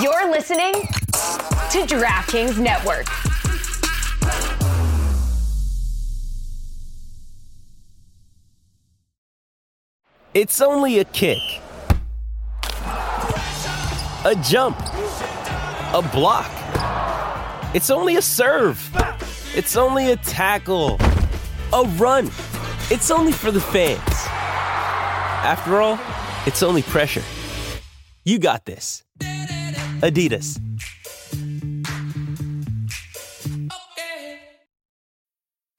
You're listening to DraftKings Network. It's only a kick, a jump, a block. It's only a serve. It's only a tackle, a run. It's only for the fans. After all, it's only pressure. You got this. Adidas.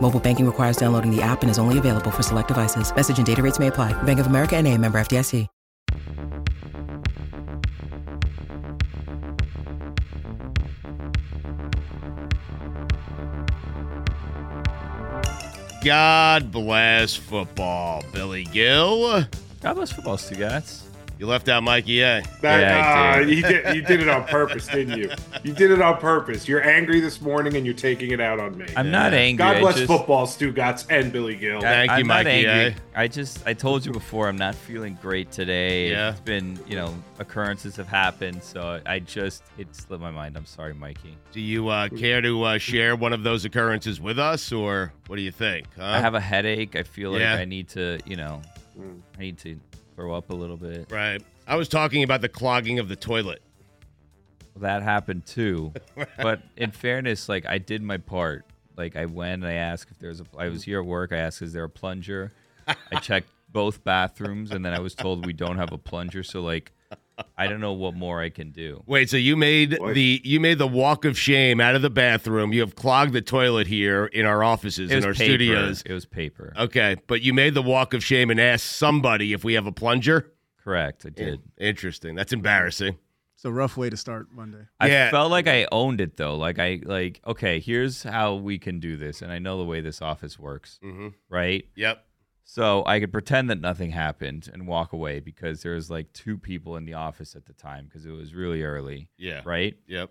Mobile banking requires downloading the app and is only available for select devices. Message and data rates may apply. Bank of America and a member FDIC. God bless football, Billy Gill. God bless football, Stu Gatz. You left out Mikey A. That, Yeah, I ah, did. you did you did it on purpose, didn't you? You did it on purpose. You're angry this morning and you're taking it out on me. I'm not angry. God I bless just- football, Stu Gatz and Billy Gill. I- Thank you, I'm not Mikey, angry. I just I told you before I'm not feeling great today. Yeah. It's been, you know, occurrences have happened, so I just it slipped my mind. I'm sorry, Mikey. Do you uh, care to uh, share one of those occurrences with us, or what do you think? Huh? I have a headache. I feel like Yeah. I need to, you know, I need to throw up a little bit. right. I was talking about the clogging of the toilet. That happened too. but in fairness, like I did my part. Like I went and I asked if there's a I was here at work, I asked is there a plunger? I checked both bathrooms and then I was told we don't have a plunger, so like I don't know what more I can do. Wait, so you made What? the you made the walk of shame out of the bathroom. You have clogged the toilet here in our offices, in It was our paper. studios. It was paper. Okay, but you made the walk of shame and asked somebody if we have a plunger. Correct. I did. Interesting. That's embarrassing. It's a rough way to start Monday. Yeah. I felt like I owned it though. Like I like okay, here's how we can do this, and I know the way this office works, Mhm. right? Yep. So I could pretend that nothing happened and walk away because there was like two people in the office at the time because it was really early, Yeah. right? Yep.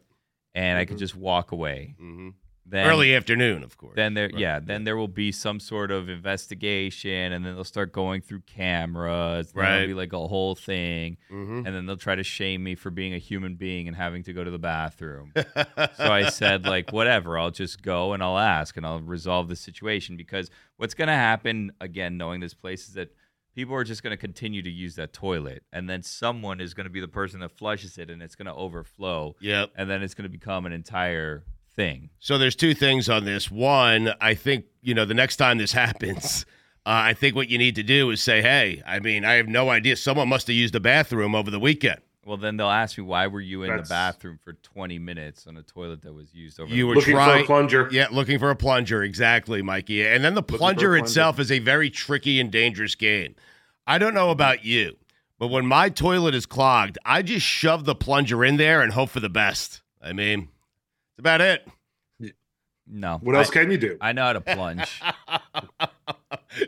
And I could just walk away. hmm Then, Early afternoon, of course. Then there, Right. yeah. Then there will be some sort of investigation, and then they'll start going through cameras. Then Right. It'll be like a whole thing. Mhm. and then they'll try to shame me for being a human being and having to go to the bathroom. so I said, like, whatever, I'll just go and I'll ask and I'll resolve the situation because what's going to happen, again, knowing this place, is that people are just going to continue to use that toilet. And then someone is going to be the person that flushes it and it's going to overflow. Yep. And then it's going to become an entire thing. So there's two things on this. One, I think you know the next time this happens, uh, I think what you need to do is say, "Hey, I mean, I have no idea. Someone must have used the bathroom over the weekend. Well, then they'll ask me, why were you in That's- the bathroom for 20 minutes on a toilet that was used over the You were Looking for a trying plunger. Yeah, looking for a plunger. Exactly, Mikey. And then the for a plunger plunger. itself is a very tricky and dangerous game. I don't know about you, but when my toilet is clogged, I just shove the plunger in there and hope for the best. I mean, that's about it. No. what else I, can you do? I know how to plunge.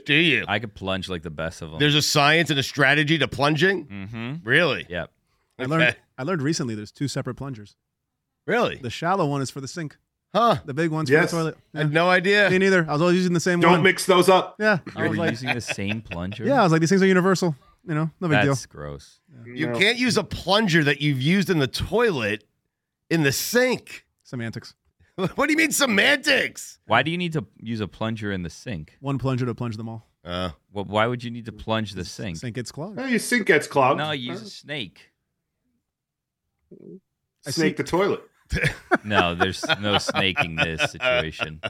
do you? I could plunge like the best of them. There's a science and a strategy to plunging. Mm-hmm. Really? Yep. I learned I learned recently there's two separate plungers. Really? The shallow one is for the sink. Huh. The big ones Yes. for the toilet. I Yeah. had no idea. Me neither. I was always using the same Don't one. mix those up. yeah. I You're was like, using the same plunger. yeah, I was like, these things are universal. You know, no big that's deal. gross. You No. can't use a plunger that you've used in the toilet in the sink. Semantics. What do you mean semantics? Why do you need to use a plunger in the sink? One plunger to plunge them all. Uh, Well, why would you need to plunge the sink? Sink gets clogged. No, your sink gets clogged. No, you use a snake. I snake see- the toilet. No, there's no snaking this situation.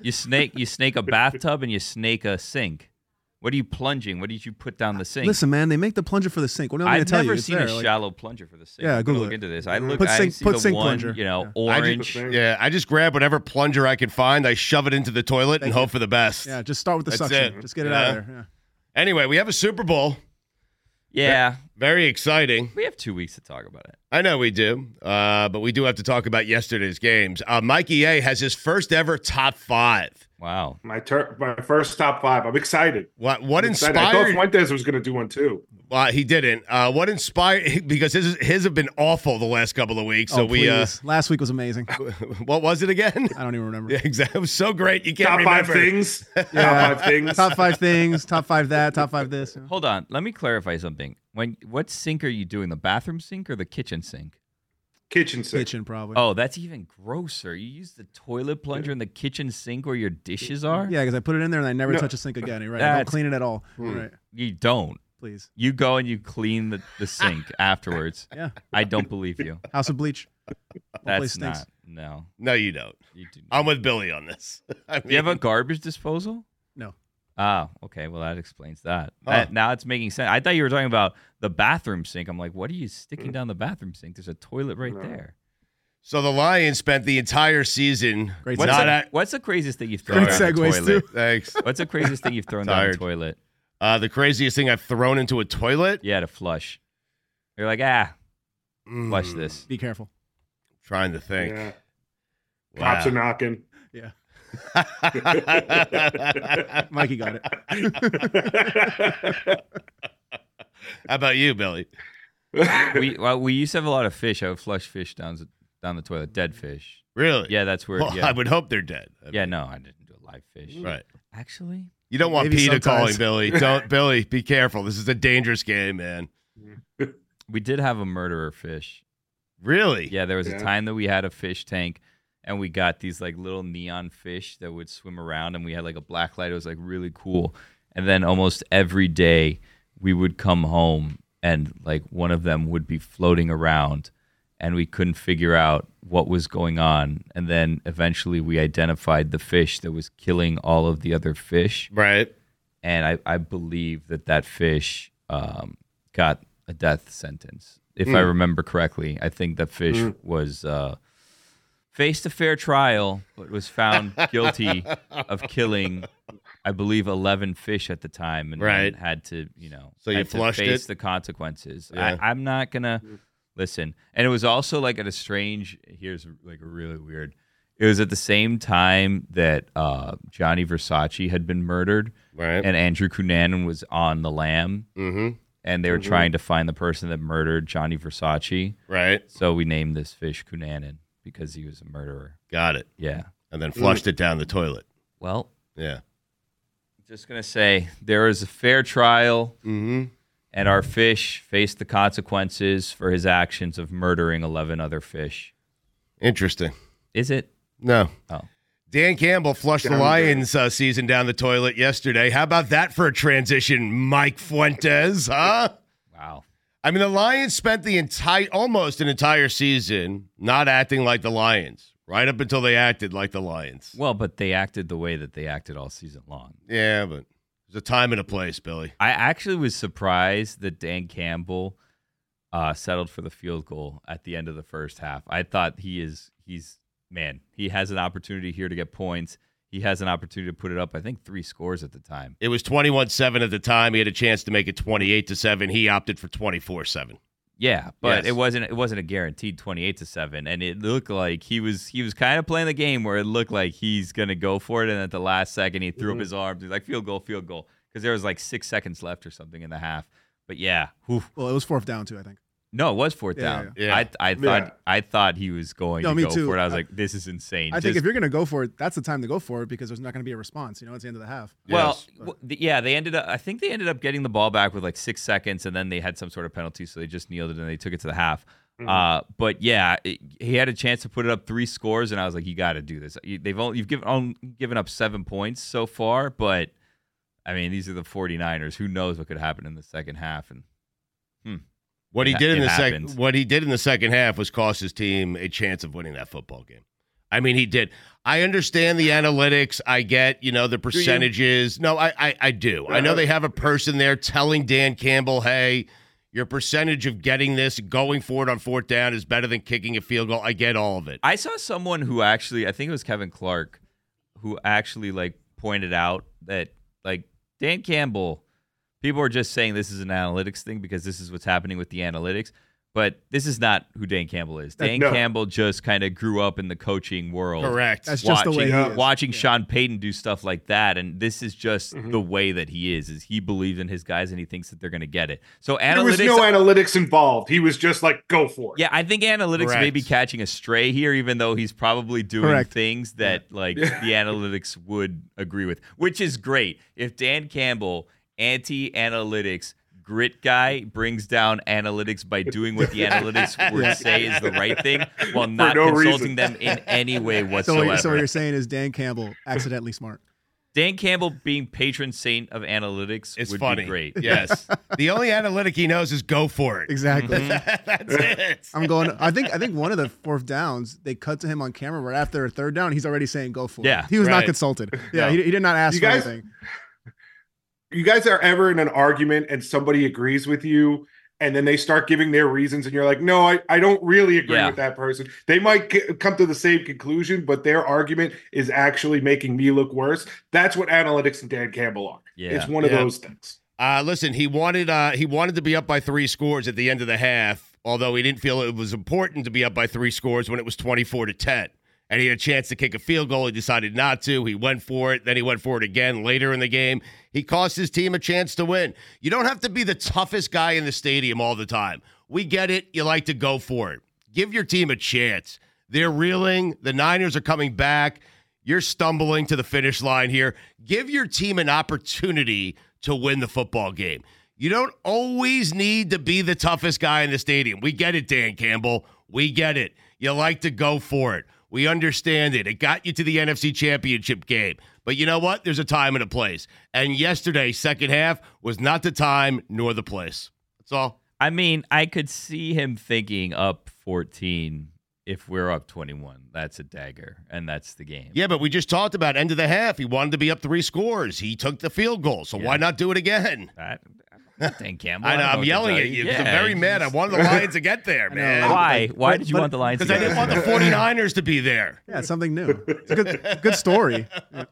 You snake, you snake a bathtub and you snake a sink. What are you plunging? What did you put down the sink? Listen, man, they make the plunger for the sink. What am I going I've to tell you? never It's seen there, a like- shallow plunger for the sink. Yeah, I'm gonna Google look it. into this. I look. Put I sink- see put the sink one, plunger. You know, I just- orange. yeah, I just grab whatever plunger I can find. I shove it into the toilet and hope for the best. Yeah, just start with the That's suction. it. Just get it Yeah. out of there. Yeah. Anyway, we have a Super Bowl. yeah, Very exciting. we have two weeks to talk about it. I know we do, uh, but we do have to talk about yesterday's games. Uh, Mikey A has his first ever top five. Wow. My tur my first top five. I'm excited. What what I'm excited. I thought inspired? Fuentes was going to do one too. Uh, he didn't. Uh, what inspired? Because his his have been awful the last couple of weeks. So oh, we uh, please. last week was amazing. what was it again? I don't even remember. Yeah, exactly. It was so great. You can't top remember. five things. Yeah. Top five things. Top five things. Top five that. Top five this. yeah. Hold on. Let me clarify something. When what sink are you doing? The bathroom sink or the kitchen sink? Kitchen sink. Kitchen probably. Oh, that's even grosser. You use the toilet plunger in the kitchen sink where your dishes are? Yeah, because I put it in there and I never No. touch a sink again. You're right. I don't That's- clean it at all. Hmm. Right. You don't. Please. You go and you clean the, the sink afterwards. Yeah. I don't believe you. House of bleach. One place That's stinks. not. No. No, you don't. You do not. I'm with Billy on this. I Do you have a mean, garbage disposal? No. Ah, okay. Well, that explains that. Huh. That- Now it's making sense. I thought you were talking about the bathroom sink. I'm like, what are you sticking down the bathroom sink? There's a toilet right there. so the Lions spent the entire season Great not What's, the, at. what's the craziest thing you've thrown Great down the segues, toilet? Thanks. What's the craziest thing you've thrown down the Tired. toilet? Uh, the craziest thing I've thrown into a toilet. Yeah, to flush. You're like, ah, Mm, flush this. Be careful. Trying to think. Yeah. Wow. Cops are knocking. Yeah. How Mikey got it. about you, Billy? We well, we used to have a lot of fish. I would flush fish down down the toilet, dead fish. Really? Yeah, that's where. Well, I yeah. would hope they're dead. I yeah, no, I didn't do a live fish. mean, Right. Actually, You don't want Maybe PETA calling sometimes. Billy. Don't, Billy. Be careful. This is a dangerous game, man. we did have a murderer fish. Really? Yeah, there was Yeah. a time that we had a fish tank and we got these like little neon fish that would swim around and we had like a black light. It was like really cool. And then almost every day we would come home and like one of them would be floating around and we couldn't figure out what was going on. And then eventually we identified the fish that was killing all of the other fish. Right. And I, I believe that that fish um, got a death sentence. If I Hmm. remember correctly, I think that fish was uh, faced a fair trial, but was found guilty of killing, I believe, 11 fish at the time and, Right. and had to, you know, So you had to flushed face it? the consequences. Yeah. Hmm. I, I'm not going to listen. And it was also like at a strange, here's like really weird. It was at the same time that uh, Johnny Versace had been murdered Right. and Andrew Cunanan was on the lam, mm-hmm. and they were trying to find the person that murdered Johnny Versace. Right. So we named this fish Cunanan because he was a murderer. Got it. Yeah. And Mm. then flushed it down the toilet. Well, Yeah. just gonna say there is a fair trial, Mm-hmm. and our fish faced the consequences for his actions of murdering eleven other fish. Interesting. Is it? No. Oh. Dan Campbell flushed the Down Lions uh, season down the toilet yesterday. How about that for a transition, Mike Fuentes? Huh? Wow. I mean, the Lions spent the entire, almost an entire season not acting like the Lions, right up until they acted like the Lions. Well, but they acted the way that they acted all season long. Yeah, but there's a time and a place, Billy. I actually was surprised that Dan Campbell uh, settled for the field goal at the end of the first half. I thought he is he's man, he has an opportunity here to get points. He has an opportunity to put it up. I think three scores at the time. It was 21 7 at the time. He had a chance to make it 28 7. He opted for 24 7. Yeah, but Yes. it wasn't it wasn't a guaranteed twenty eight to seven, and it looked like he was he was kind of playing the game where it looked like he's gonna go for it, and at the last second he Mm-hmm. threw up his arms, he's like field goal, field goal, because there was like six seconds left or something in the half. But yeah, whew, Well, it was fourth down too, I think. No, it was fourth Yeah, yeah, down. yeah. Yeah. I I thought I thought he was going No, to me go too. for it. I was I- like, this is insane. I think Just- if you're going to go for it, that's the time to go for it because there's not going to be a response. You know, it's the end of the half. Well, Yes. w- th- yeah, they ended up. I think they ended up getting the ball back with like six seconds, and then they had some sort of penalty, so they just kneeled it and they took it to the half. Uh, but yeah, it, he had a chance to put it up three scores, and I was like, you got to do this. You, they've only you've given on, given up seven points so far, but I mean, these are the 49ers. Who knows what could happen in the second half? And What he It ha- did in it the second happens. what he did in the second half was cost his team a chance of winning that football game. I mean, he did. I understand the analytics. I get, you know, the percentages. No, I, I, I do. I know they have a person there telling Dan Campbell, hey, your percentage of getting this, going for it on fourth down is better than kicking a field goal. I get all of it. I saw someone who actually, I think it was Kevin Clark, who actually like pointed out that like Dan Campbell, people are just saying this is an analytics thing because this is what's happening with the analytics. But this is not who Dan Campbell Uh, is. Dan No. Campbell just kind of grew up in the coaching world. Correct. That's just Watching, the way he is. watching Sean Payton do stuff like that, and this is just Mm-hmm. the way that he is. Is he believes in his guys and he thinks that they're going to get it. So analytics, There was no analytics involved. He was just like, go for it. yeah, I think analytics may Correct. be catching a stray here, even though he's probably doing Correct. things that like the analytics would agree with, which is great. If Dan Campbell, anti-analytics grit guy, brings down analytics by doing what the analytics would say is the right thing, while not no consulting reason. them in any way So, what whatsoever. you're- so what you're saying is Dan Campbell accidentally smart. Dan Campbell being patron saint of analytics it's would funny. be great. Yes. the only analytic he knows is go for it. Exactly. That's it. I'm going. I think. I think one of the fourth downs they cut to him on camera right after a third down. He's already saying go for it. Yeah, He was right. not consulted. Yeah. No. He, he did not ask You for guys- anything. You guys are ever in an argument and somebody agrees with you, and then they start giving their reasons, and you're like, no, I, I don't really agree Yeah. with that person. They might c- come to the same conclusion, but their argument is actually making me look worse. That's what analytics and Dan Campbell are. Yeah. It's one of Yeah. those things. Uh, listen, he wanted uh, he wanted to be up by three scores at the end of the half, although he didn't feel it was important to be up by three scores when it was twenty four to ten. And he had a chance to kick a field goal. He decided not to. He went for it. Then he went for it again later in the game. He cost his team a chance to win. You don't have to be the toughest guy in the stadium all the time. We get it. You like to go for it. Give your team a chance. They're reeling. The Niners are coming back. You're stumbling to the finish line here. Give your team an opportunity to win the football game. You don't always need to be the toughest guy in the stadium. We get it, Dan Campbell. We get it. You like to go for it. We understand it. It got you to the NFC Championship game. But you know what? There's a time and a place. And yesterday, second half, was not the time nor the place. That's all. I mean, I could see him thinking up 14 if we're up 21. That's a dagger, and that's the game. Yeah, but we just talked about end of the half. He wanted to be up three scores. He took the field goal. So why not do it again? That, Dan Campbell. I know, don't I'm what to yelling tell at you 'cause I'm Yeah, very he's mad. I just- wanted the Lions to get there, man. Why? Why But- did you but- want the Lions to Because I get didn't want the 49ers to be there. Yeah, it's something new. It's a good, good story.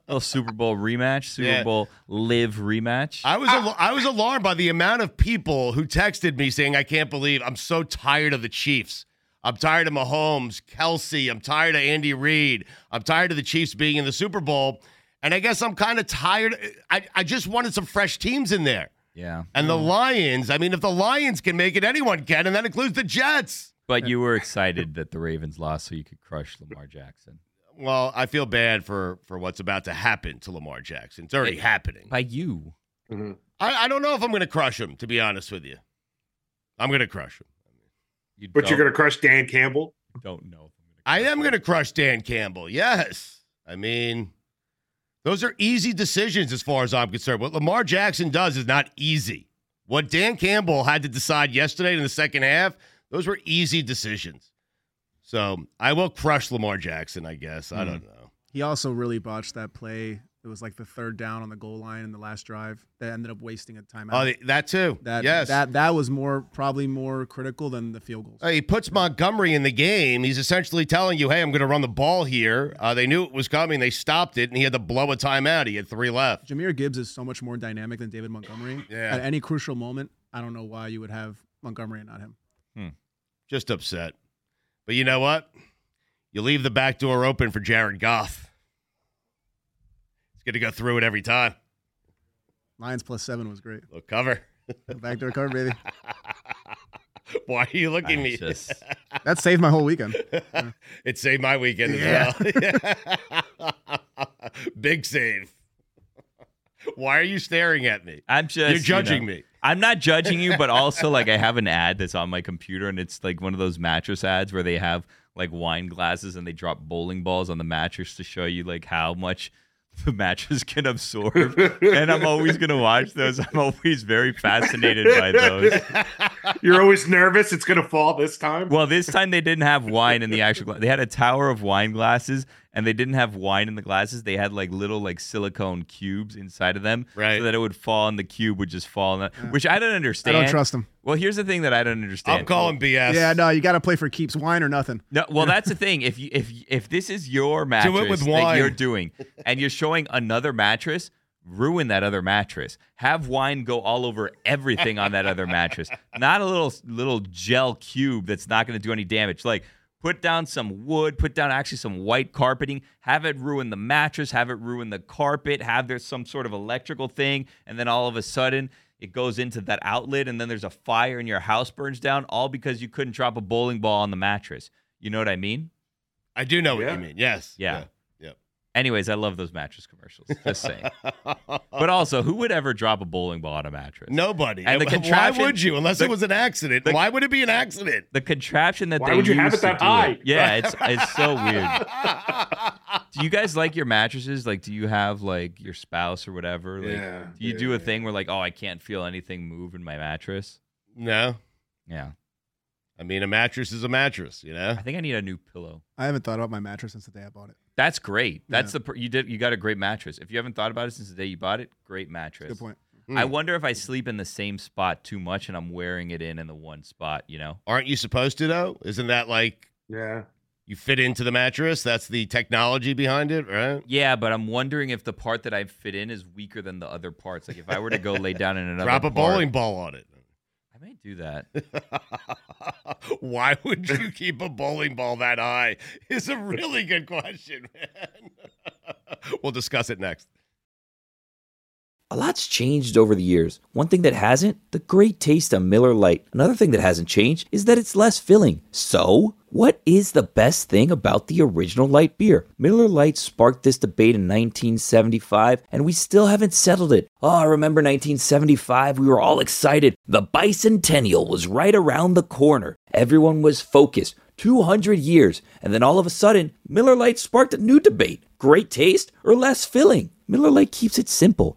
little Super Bowl rematch, Super Yeah. Bowl live rematch? I was al- I was alarmed by the amount of people who texted me saying, "I can't believe I'm so tired of the Chiefs. I'm tired of Mahomes, Kelsey. I'm tired of Andy Reid. I'm tired of the Chiefs being in the Super Bowl." And I guess I'm kind of tired. I, I just wanted some fresh teams in there. yeah. And the Lions, I mean, if the Lions can make it, anyone can. And that includes the Jets. But you were excited that the Ravens lost so you could crush Lamar Jackson. Well, I feel bad for for what's about to happen to Lamar Jackson. It's already Hey. happening. By you. Mm-hmm. I, I don't know if I'm going to crush him, to be honest with you. I'm going to crush him. you But you're don't- going to crush Dan Campbell? don't know. I am going to crush Dan Campbell. Yes. I mean, those are easy decisions as far as I'm concerned. What Lamar Jackson does is not easy. What Dan Campbell had to decide yesterday in the second half, those were easy decisions. So I will crush Lamar Jackson, I guess. I don't know. He also really botched that play. It was like the third down on the goal line in the last drive that ended up wasting a timeout. Oh, th- that too. that yes. that that was more probably more critical than the field goals. Uh, he puts Montgomery in the game. He's essentially telling you, "Hey, I'm going to run the ball here." Uh, they knew it was coming. They stopped it, and he had to blow a timeout. He had three left. Jameer Gibbs is so much more dynamic than David Montgomery. Yeah. At any crucial moment, I don't know why you would have Montgomery and not him. Just upset. But you know what? You leave the back door open for Jared Goff. He's going to go through it every time. Lions plus seven was great. Little cover. Backdoor cover, baby. Why are you looking at me? I just- That saved my whole weekend. it saved my weekend as well. Big save. Why are you staring at me? I'm just You're judging you know, me. I'm not judging you, but also like I have an ad that's on my computer and it's like one of those mattress ads where they have like wine glasses and they drop bowling balls on the mattress to show you like how much the mattress can absorb. and I'm always gonna watch those. I'm always very fascinated by those. You're always nervous it's going to fall this time. Well, this time they didn't have wine in the actual. Gla- they had a tower of wine glasses, and they didn't have wine in the glasses. They had like little like silicone cubes inside of them, Right. So that it would fall, and the cube would just fall. In the- Which I don't understand. trust 'em. Well, here's the thing that I don't understand. I'm calling BS. Yeah, no, Uh, you got to play for keeps, wine or nothing. No, well, that's the thing. If you, if if this is your mattress with that wine. you're doing, and you're showing another mattress, ruin that other mattress. Have wine go all over everything on that other mattress. Not a little little gel cube that's not going to do any damage. Like put down some wood, put down actually some white carpeting. Have it ruin the mattress. Have it ruin the carpet. Have there some sort of electrical thing, and then all of a sudden. It goes into that outlet, and then there's a fire, and your house burns down, all because you couldn't drop a bowling ball on the mattress. You know what I mean? I do know what Yeah. you mean. Yes. Yeah. Yeah. Anyways, I love those mattress commercials. Just saying. yeah. but also, who would ever drop a bowling ball on a mattress? Nobody. And the why contraption- would you? Unless the- it was an accident. the- why would it be an accident? The contraption that Why they would you have use it to that do high? Yeah, it's it's so weird. Do you guys like your mattresses? Like, do you have like your spouse or whatever? Like, Yeah, do you yeah, do a yeah. thing where like, oh, I can't feel anything move in my mattress? no. Yeah, I mean, a mattress is a mattress, you know? I think I need a new pillow. I haven't thought about my mattress since the day I bought it. That's great. That's Yeah. the pr- you did. You got a great mattress. If you haven't thought about it since the day you bought it, great mattress. Good point. I Hmm. wonder if I sleep in the same spot too much and I'm wearing it in in the one spot. You know. Aren't you supposed to, though? Isn't that like yeah. you fit into the mattress? That's the technology behind it, right? Yeah, but I'm wondering if the part that I fit in is weaker than the other parts. Like if I were to go lay down in another Drop a part, bowling ball on it. I might do that. Why would you keep a bowling ball that high? Is a really good question, man. we'll discuss it next. A lot's changed over the years. One thing that hasn't, the great taste of Miller Lite. Another thing that hasn't changed is that it's less filling. So, what is the best thing about the original light beer? Miller Lite sparked this debate in 1975, and we still haven't settled it. Oh, I remember 1975, we were all excited. The bicentennial was right around the corner. Everyone was focused. 200 years, and then all of a sudden, Miller Lite sparked a new debate great taste or less filling. Miller Lite keeps it simple.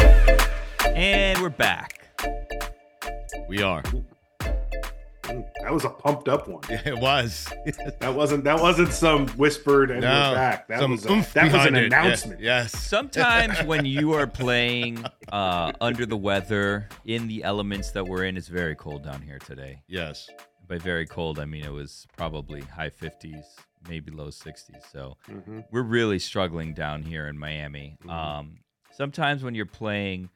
And we're back. We are. That was a pumped up one. It was. That wasn't that wasn't some whispered and we're back. That some was a, oomph that was an behind it. Yeah, announcement. Yes. Sometimes when you are playing uh, under the weather in the elements that we're in, it's very cold down here today. Yes. By very cold, I mean it was probably high 50s, maybe low 60s. So Mhm. we're really struggling down here in Miami. Um, sometimes when you're playing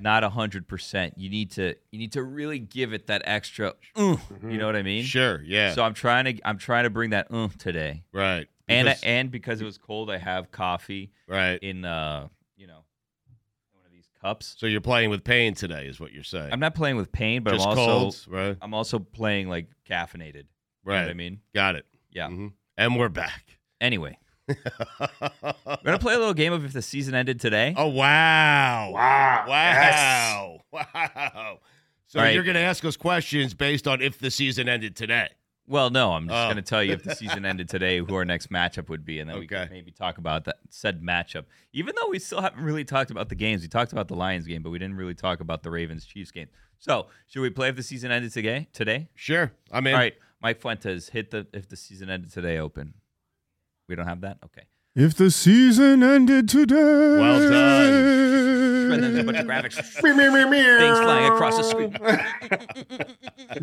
not 100%, you need to you need to really give it that extra oomph, you know what I mean? Sure. Yeah. So I'm trying to I'm trying to bring that oomph today. right. And Because- and because it was cold, I have coffee right. in uh, you know, one of these cups. So you're playing with pain today, is what you're saying. I'm not playing with pain, but Just I'm also colds, right? I'm also playing like caffeinated. You know Right. what I mean? Got it. Yeah. Mhm. And we're back. Anyway, we're gonna play a little game of if the season ended today. oh wow! Wow. Yes. Wow! Wow! So All right. you're gonna ask us questions based on if the season ended today. Well, no, I'm just Oh. gonna tell you if the season ended today, who our next matchup would be, and then we can Okay. maybe talk about that said matchup. Even though we still haven't really talked about the games, we talked about the Lions game, but we didn't really talk about the Ravens Chiefs game. So, should we play if the season ended today? Today? Sure. I mean, All right, Mike Fuentes, hit the if the season ended today open. We don't have that? Okay. If the season ended today. Well And then there's a done. bunch of graphics. Things Things flying across the screen.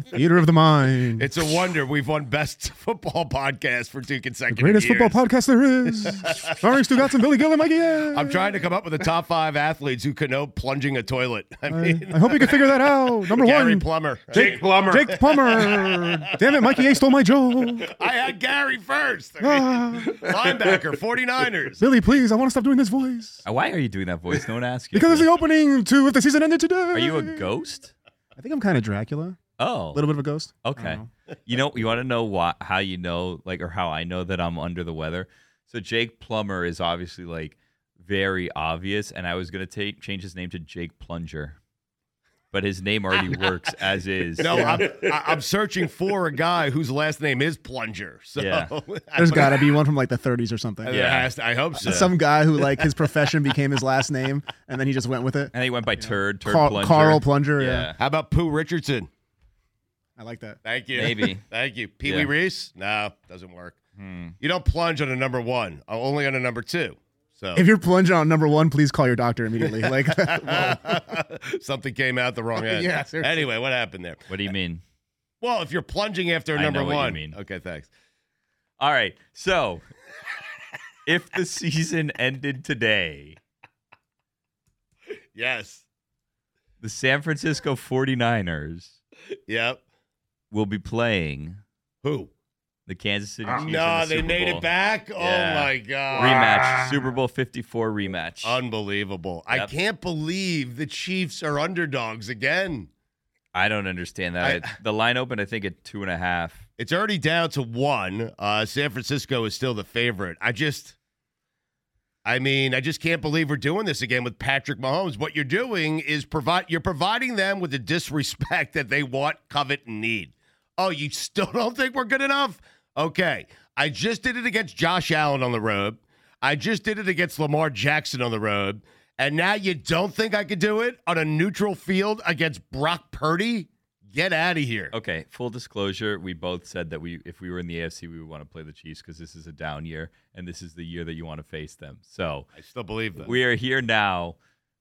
Theater of the mind. It's a wonder we've won best football podcast for two consecutive Greatest years. football podcast there is. Starring Stu Gatson, Billy Gill, and Mikey. Ayers. I'm trying to come up with the top five athletes who canoe plunging a toilet. I mean, I hope you can figure that out. Number Gary one, Plummer. Jake Plummer. Jake Plummer. Damn it, Mikey A stole my joke. I had Gary first. Ah. Linebacker, 49ers. Billy, please, I want to stop doing this voice. Uh, Why are you doing that voice? No one asked you. Because it's the opening to If the Season Ended Today. Are you a ghost? I think I'm kind of Dracula. Oh. A little bit of a ghost. I don't Okay. know. You know, you want to know why, how you know, like, or how I know that I'm under the weather. So Jake Plummer is obviously like very obvious, and I was gonna take change his name to Jake Plunger, but his name already works as is. No, I'm, I- I'm searching for a guy whose last name is Plunger. So Yeah. There's got to be one from like the 30s or something. There has to- I hope so. Some guy who like his profession became his last name and then he just went with it. and he went by Turd, Turd Carl- Plunger. Carl Plunger, yeah. Yeah. How about Pooh Richardson? I like that. Thank you. Maybe. Thank you. Pee Wee Yeah. Hmm. Reese? No, doesn't work. You don't plunge on a number one, uh, only on a number two. So If you're plunging on number one, please call your doctor immediately. Like, something came out the wrong end. Yeah, seriously. Anyway, what happened there? What do you mean? Well, if you're plunging after a I number know what you one. mean. Okay, thanks. All right. So, if the season ended today, Yes. the San Francisco 49ers Yep. will be playing Who? the Kansas City Chiefs. in the Oh, No, they Super made Bowl. it back. Yeah. Oh my god. Rematch, Super Bowl 54 rematch. Oh, Unbelievable. I Yep. can't believe the Chiefs are underdogs again. I don't understand that. I- the line opened, I think, at two and a half. It's already down to one. Uh, San Francisco is still the favorite. I just, I mean, I just can't believe we're doing this again with Patrick Mahomes. What you're doing is provide you're providing them with the disrespect that they want, covet, and need. Oh, you still don't think we're good enough? Okay, I just did it against Josh Allen on the road. I just did it against Lamar Jackson on the road, and now you don't think I could do it on a neutral field against Brock Purdy? Get out of here. Okay, full disclosure, we both said that we, if we were in the AFC, we would want to play the Chiefs because this is a down year and this is the year that you want to face them. So I still believe that. we are here now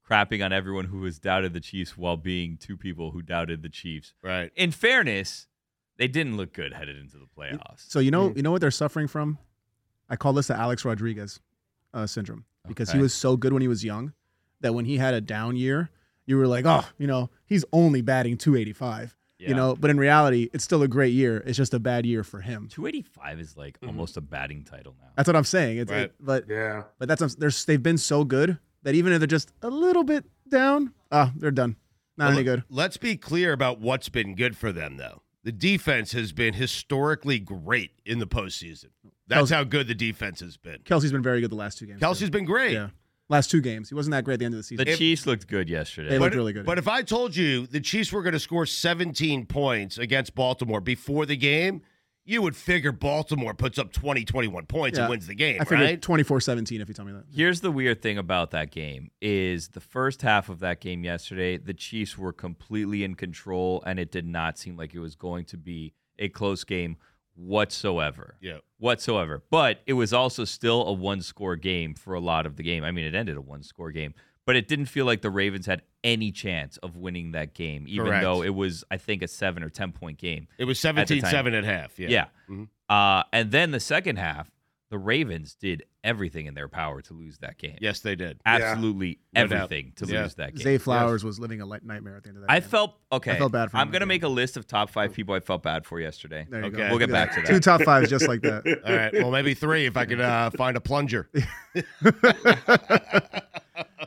crapping on everyone who has doubted the Chiefs while being two people who doubted the Chiefs. Right. In fairness, they didn't look good headed into the playoffs. so you know, Hmm. you know what they're suffering from? I call this the Alex Rodriguez uh, syndrome because he Okay. was so good when he was young that when he had a down year, you were like, oh, you know, he's only batting 285. You Yeah. know, but in reality, it's still a great year. It's just a bad year for him. 285 is like almost a batting title now. um, Mm-hmm. That's what I'm saying. It's Right. it, but Yeah. but that's they're, they've been so good that even if they're just a little bit down, ah, they're done. Not Well, any good. Let's be clear about what's been good for them, though. The defense has been historically great in the postseason. That's Kelsey- how good the defense has been. Kelsey's been very good the last two games. too. Kelsey's been great. yeah, last two games he wasn't that great at the end of the season. The Chiefs looked good yesterday. They look- looked But, really good. but if I told you the Chiefs were going to score 17 points against Baltimore before the game, you would figure Baltimore puts up 20, 21 points Yeah. and wins the game, I figured right? 24-17 if you tell me that. Here's the weird thing about that game is the first half of that game yesterday, the Chiefs were completely in control and it did not seem like it was going to be a close game whatsoever. Yeah. Whatsoever. But it was also still a one-score game for a lot of the game. I mean, it ended a one-score game, but it didn't feel like the Ravens had any chance of winning that game even Correct. though it was I think a 7 or 10 point game. It was At the 17 time. 7 at half. Yeah. Yeah. Mhm. Uh, and then the second half, the Ravens did everything in their power to lose that game. Yes, they did. Absolutely No doubt. everything to Yeah. lose that game. Zay Flowers was living a light nightmare at the end of that. I game. felt okay. I felt bad for him I'm in gonna that make a list of top five people I felt bad for yesterday. There you Okay. go. We'll get Look at back to Two that. top fives just like that. All right. Well, maybe three if I could uh, find a plunger.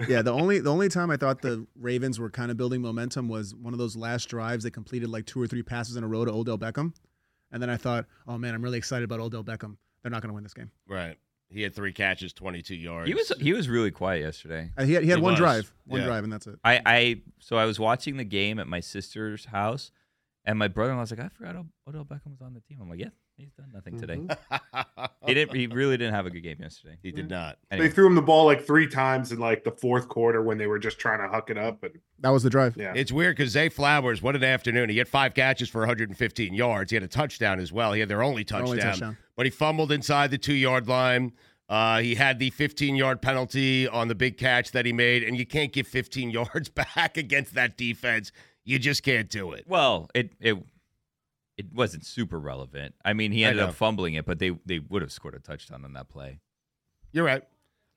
Yeah, the only the only time I thought the Ravens were kind of building momentum was one of those last drives they completed like two or three passes in a row to Odell Beckham, and then I thought, oh man, I'm really excited about Odell Beckham. They're not going to win this game. Right. He had three catches, 22 yards. He was he was really quiet yesterday. Uh, He had, he had He one was. drive, one Yeah. drive, and that's it. I, I so I was watching the game at my sister's house, and my brother-in-law was like, "I forgot Od- Odell Beckham was on the team." I'm like, "Yeah, He's done nothing today. Mm-hmm. he didn't. He really didn't have a good game yesterday. He did not. Anyway. They threw him the ball like three times in like the fourth quarter when they were just trying to huck it up. And That was the drive. yeah, It's weird because Zay Flowers, what an afternoon. He had five catches for 115 yards. He had a touchdown as well. He had their only touchdown. only touchdown. But he fumbled inside the two yard line. Uh, he had the 15 yard penalty on the big catch that he made, and you can't give 15 yards back against that defense. You just can't do it. Well, it it it wasn't super relevant. I mean, he I ended know. up fumbling it, but they they would have scored a touchdown on that play. You're right.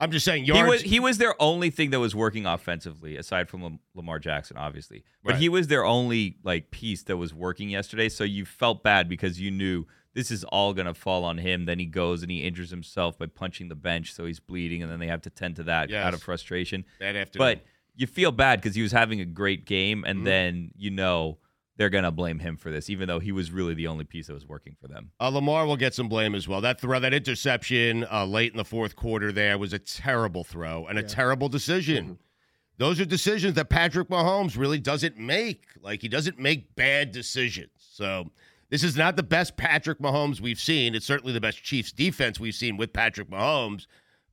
I'm just saying, He yards. was he was their only thing that was working offensively, aside from Lam- Lamar Jackson, obviously. But Right. he was their only like piece that was working yesterday. So you felt bad because you knew this is all gonna fall on him. Then he goes and he injures himself by punching the bench, so he's bleeding, and then they have to tend to that Yes. out of frustration. that afternoon. But you feel bad because he was having a great game, and then you know they're gonna blame him for this, even though he was really the only piece that was working for them. Uh, Lamar will get some blame as well. That throw, that interception uh, late in the fourth quarter, there was a terrible throw and a terrible decision. Those are decisions that Patrick Mahomes really doesn't make. Like he doesn't make bad decisions. So this is not the best Patrick Mahomes we've seen. It's certainly the best Chiefs defense we've seen with Patrick Mahomes.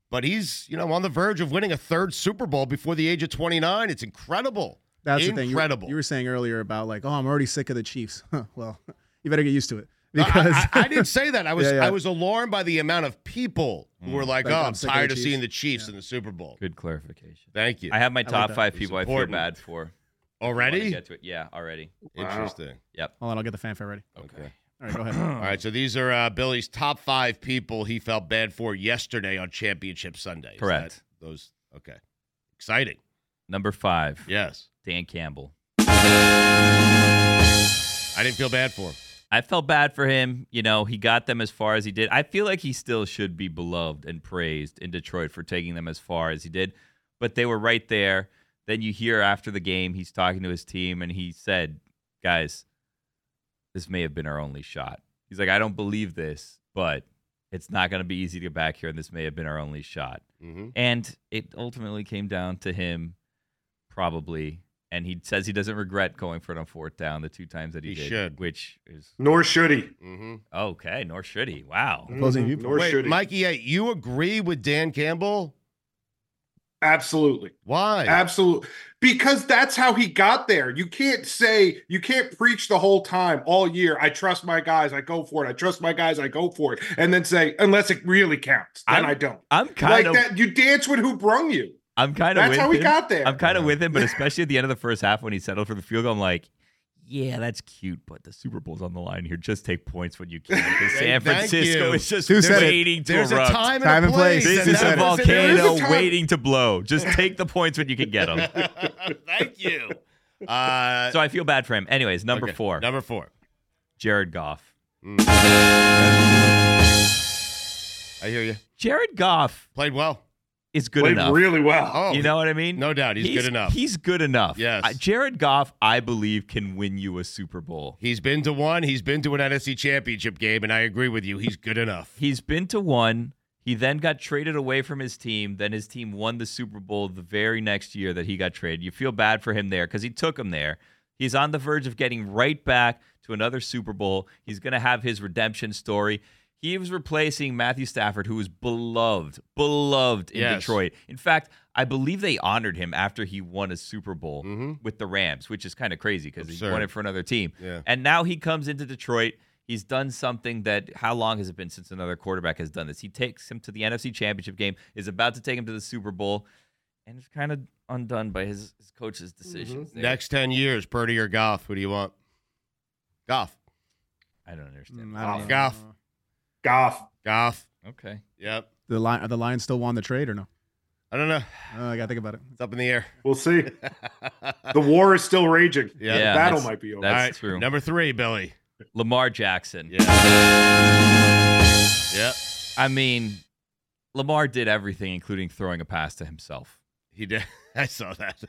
But he's you know on the verge of winning a third Super Bowl before the age of twenty nine. It's incredible. That's the thing. You were- incredible. You, were saying earlier about like, oh, I'm already sick of the Chiefs. Huh, well, you better get used to it I- because I, I didn't say that. I was Yeah, yeah. Mm. I was alarmed by the amount of people who were like, Like, "Oh, I'm I'm sick of tired the of Chiefs." seeing the Chiefs in the Super Bowl." Good clarification. Thank you. I have my like top that. five It's people important. I feel bad for. I wanna Already? get to it. Yeah, already. Interesting. Hold on, I'll get the fanfare ready. Okay. All right, go ahead. All right. So these are uh, Billy's top five people he felt bad for yesterday on Championship Sunday. Is Correct. that Those. Okay. Exciting. Number five, Yes. Dan Campbell. I didn't feel bad for him. I felt bad for him. You know, he got them as far as he did. I feel like he still should be beloved and praised in Detroit for taking them as far as he did, but they were right there. Then you hear after the game, he's talking to his team and he said, Guys, this may have been our only shot. He's like, I don't believe this, but it's not going to be easy to get back here, and this may have been our only shot. Mm-hmm. And it ultimately came down to him, probably. And he says he doesn't regret going for it on fourth down the two times that he, He did, should. which is nor should he. Mm-hmm. okay. Nor should he. Wow. Opposing viewpoint. Nor Wait, should he. Mikey, yeah, you agree with Dan Campbell? Absolutely. Why? Absolutely. Because that's how he got there. You can't say, you can't preach the whole time, all year, I trust my guys, I go for it. I trust my guys, I go for it. And then say, unless it really counts, then I'm I don't. I'm kind like of. that, you dance with who brung you. I'm kind of. That's with how he him. got there. I'm kind of with him, but especially at the end of the first half when he settled for the field goal, I'm like. Yeah, that's cute, but the Super Bowl's on the line here. Just take points when you can. Because San Thank Francisco you. is just Who said it? waiting to There's a erupt. time and Time a and place. place. This Who is a said it? volcano There is a time- waiting to blow. Just take the points when you can get them. Thank you. Uh, So I feel bad for him. Anyways, number okay, four, Number four. Jared Goff. I hear you. Jared Goff Played well. is good Played enough. really well. Oh, you know what I mean? no doubt. He's good enough. He's good enough. Yes. Uh, Jared Goff, I believe, can win you a Super Bowl. He's been to one. He's been to an NFC championship game, and I agree with you. He's good enough. He's been to one. He then got traded away from his team. Then his team won the Super Bowl the very next year that he got traded. You feel bad for him there because he took him there. He's on the verge of getting right back to another Super Bowl. He's going to have his redemption story. He was replacing Matthew Stafford, who was beloved, beloved in Yes. Detroit. In fact, I believe they honored him after he won a Super Bowl with the Rams, which is kind of crazy because he Absurd. won it for another team. Yeah. And now he comes into Detroit. He's done something that how long has it been since another quarterback has done this? He takes him to the NFC Championship game, is about to take him to the Super Bowl, and is kind of undone by his, his coach's decisions. Mm-hmm. there. Next 10 years, Purdy or Goff? Who do you want? Goff. I don't understand. Mm, I don't know. Goff. Uh-huh. Goff. Goff. Okay. Yep. The line, are the Lions still won the trade or no? I don't know. Uh, I gotta think about it. It's up in the air. We'll see. the war is still raging. Yeah. the Yeah, battle that's- might be over. that's- All right, true. Mm. Number three, Billy. Lamar Jackson. Yeah. yeah. I mean, Lamar did everything, including throwing a pass to himself. He did. I saw that.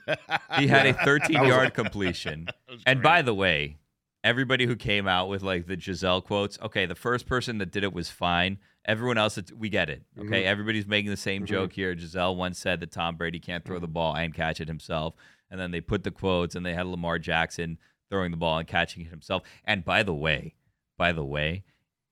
He had a 13 yard completion. And by the way, everybody who came out with like the Giselle quotes, okay, the first person that did it was fine. Everyone else, it's- we get it. Okay, Mm-hmm. everybody's making the same joke here. Giselle once said that Tom Brady can't Mm-hmm. throw the ball and catch it himself, and then they put the quotes and they had Lamar Jackson throwing the ball and catching it himself. And by the way, by the way,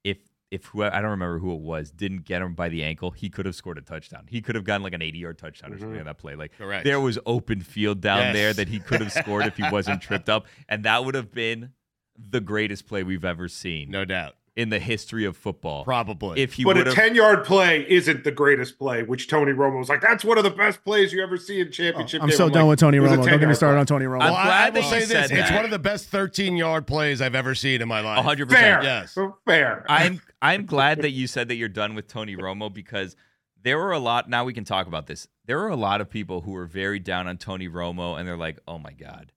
if if who I don't remember who it was didn't get him by the ankle, he could have scored a touchdown. He could have gotten like an 80 yard touchdown or something on that play. Like Mm-hmm. Correct. there was open field down Yes. there that he could have scored if he wasn't tripped up, and that would have been the greatest play we've ever seen No doubt. in the history of football. Probably. If he but would a have 10 yard play isn't the greatest play, which Tony Romo was like, that's one of the best plays you ever see in championship. Oh, I'm game." so I'm done like, with Tony "It was Romo. a Don't get me 10-yard started play." on Tony Romo. I'm well, I, I glad will that say you this: said it's that. one of the best 13 yard plays I've ever seen in my life. 100 Fair. Yes. Fair. I'm I'm glad that you said that you're done with Tony Romo because there were a lot. Now we can talk about this. There were a lot of people who were very down on Tony Romo, and they're like, "Oh my God,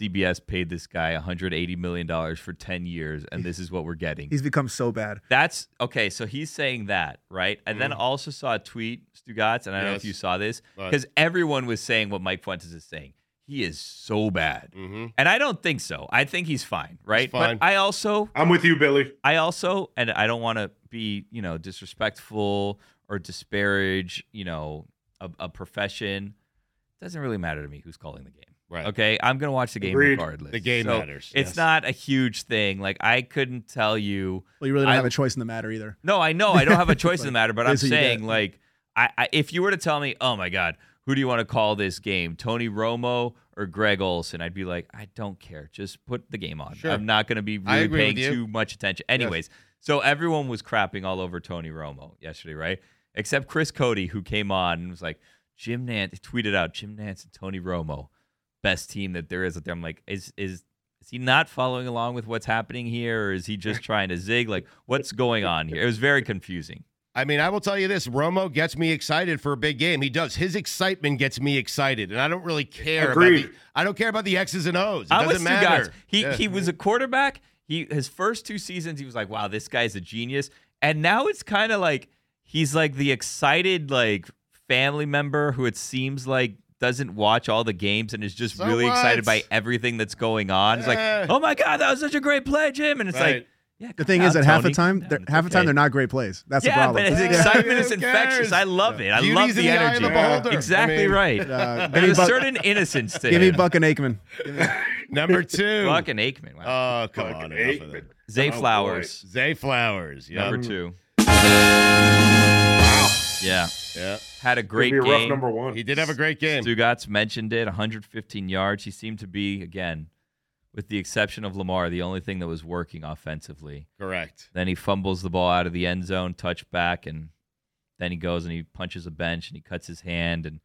CBS paid this guy 180 million dollars for 10 years, and this is what we're getting." He's become so bad. That's okay. So he's saying that, right? And then also saw a tweet, Stugatz, and I don't know Mm. Yes. if you saw this Right. because everyone was saying what Mike Fuentes is saying. He is so bad, Mm-hmm. and I don't think so. I think he's fine, right? Mm. fine. But I also I'm with you, Billy. I also, and I don't want to be, you know, disrespectful or disparage, you know, a, a profession. doesn't really matter to me who's calling the game. Right. Okay. I'm going to watch the game Agreed. regardless. The game So matters, It's yes. not a huge thing. Like, I couldn't tell you. Well, you really don't I- have a choice in the matter either. No, I know. I don't have a choice Like, in the matter, but I'm that's what you saying, get. like, I, I if you were to tell me, oh my God, who do you want to call this game, Tony Romo or Greg Olson? I'd be like, I don't care. Just put the game on. Sure. I'm not going to be I really agree with paying you. too much attention. Anyways, so everyone was crapping all over Tony Romo yesterday, right? Except Chris Cody, who came on and was like, Jim Nance tweeted out, Jim Nance and Tony Romo, best team that there is out there. I'm like, is is is he not following along with what's happening here, or is he just trying to zig? Like, what's going on here? It was very confusing. I mean, I will tell you this: Romo gets me excited for a big game. He does. His excitement gets me excited, and I don't really care. About Agreed. the, I don't care about the X's and O's. It I doesn't was two matter. guys. He Yeah. he was a quarterback. He his first two seasons, he was like, wow, this guy's a genius. And now it's kind of like he's like the excited like family member who it seems like doesn't watch all the games and is just So really excited what? by everything that's going on. It's Yeah. like, oh my god, that was such a great play, Jim. And it's Right. like, yeah. The calm thing is, down, at half the Tony. time, Calm they're, down, it's half the time okay. they're not great plays. That's the yeah, problem. but his Yeah, excitement who is cares? infectious. I love it. I Beauty's love in the, the eye of energy. the beholder. Exactly I mean- right. Uh, give, me There's a Buck, certain innocence to give me him. Buck and Aikman. Number two. Buck and Aikman. Wow. Oh, come Fucking on. eight, Enough of that. but- Zay oh, boy. Flowers. Zay Flowers. Yeah. Number two. Wow. Yeah. Yeah. Had a great Be a rough game. number one. He did have a great game. Stugatz mentioned it 115 yards. He seemed to be, again, with the exception of Lamar, the only thing that was working offensively. Correct. Then he fumbles the ball out of the end zone, touchback, and then he goes and he punches a bench and he cuts his hand. And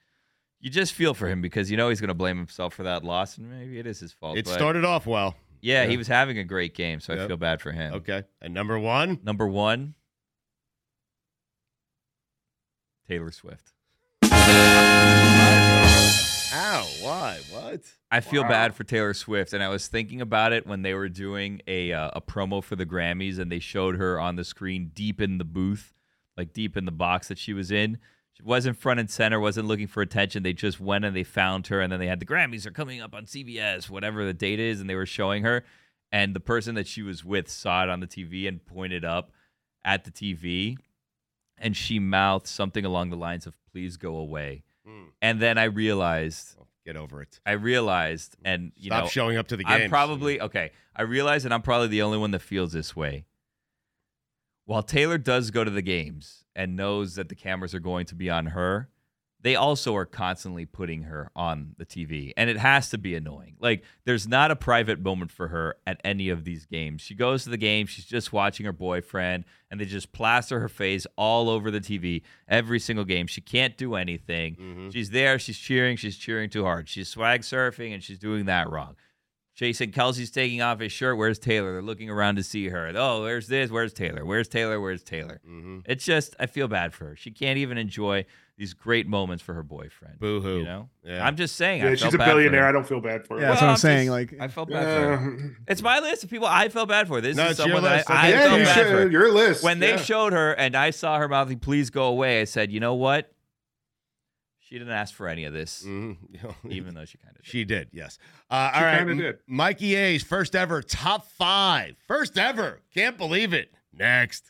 you just feel for him because you know he's going to blame himself for that loss, and maybe it is his fault. It but started off well. Yeah, yeah. he was having a great game, so Yeah. I feel bad for him. Okay. And number one. Number one, Taylor Swift. How? Why? What? I feel bad for Taylor Swift, and I was thinking about it when they were doing a uh, a promo for the Grammys, and they showed her on the screen deep in the booth, like deep in the box that she was in. She wasn't front and center, wasn't looking for attention. They just went and they found her, and then they had the Grammys are coming up on CBS, whatever the date is, and they were showing her, and the person that she was with saw it on the TV and pointed up at the TV, and she mouthed something along the lines of "Please go away," and then I realized. Get over it. I realized, and you Mm. Stop know, showing up to the I'm games. probably okay. I realize, and I'm probably the only one that feels this way. While Taylor does go to the games and knows that the cameras are going to be on her, they also are constantly putting her on the TV, and it has to be annoying. Like, there's not a private moment for her at any of these games. She goes to the game, she's just watching her boyfriend, and they just plaster her face all over the TV every single game. She can't do anything. She's there, she's cheering, she's cheering too hard. She's swag surfing, and she's doing that wrong. Jason Kelsey's taking off his shirt. Where's Taylor? They're looking around to see her. Oh, where's this? Where's Taylor? Where's Taylor? Where's Taylor? Mm-hmm. It's just, I feel bad for her. She can't even enjoy these great moments for her boyfriend. Boo hoo. You know? Yeah. I'm just saying. I Yeah, felt she's a bad for billionaire. her. I don't feel bad for her. Yeah, that's what I'm just- saying, like- I felt bad for her. Um, It's my list of people I felt bad for. This No, is it's your someone that list. I, I Okay. yeah, felt you bad for. should, your list. When they yeah. showed her and I saw her mouthing, please go away, I said, you know what? She didn't ask for any of this, Mhm. even though she kind of did. She did, yes. Uh, all right, kinda M- did. Mikey A's first ever top five, first ever. Can't believe it. Next,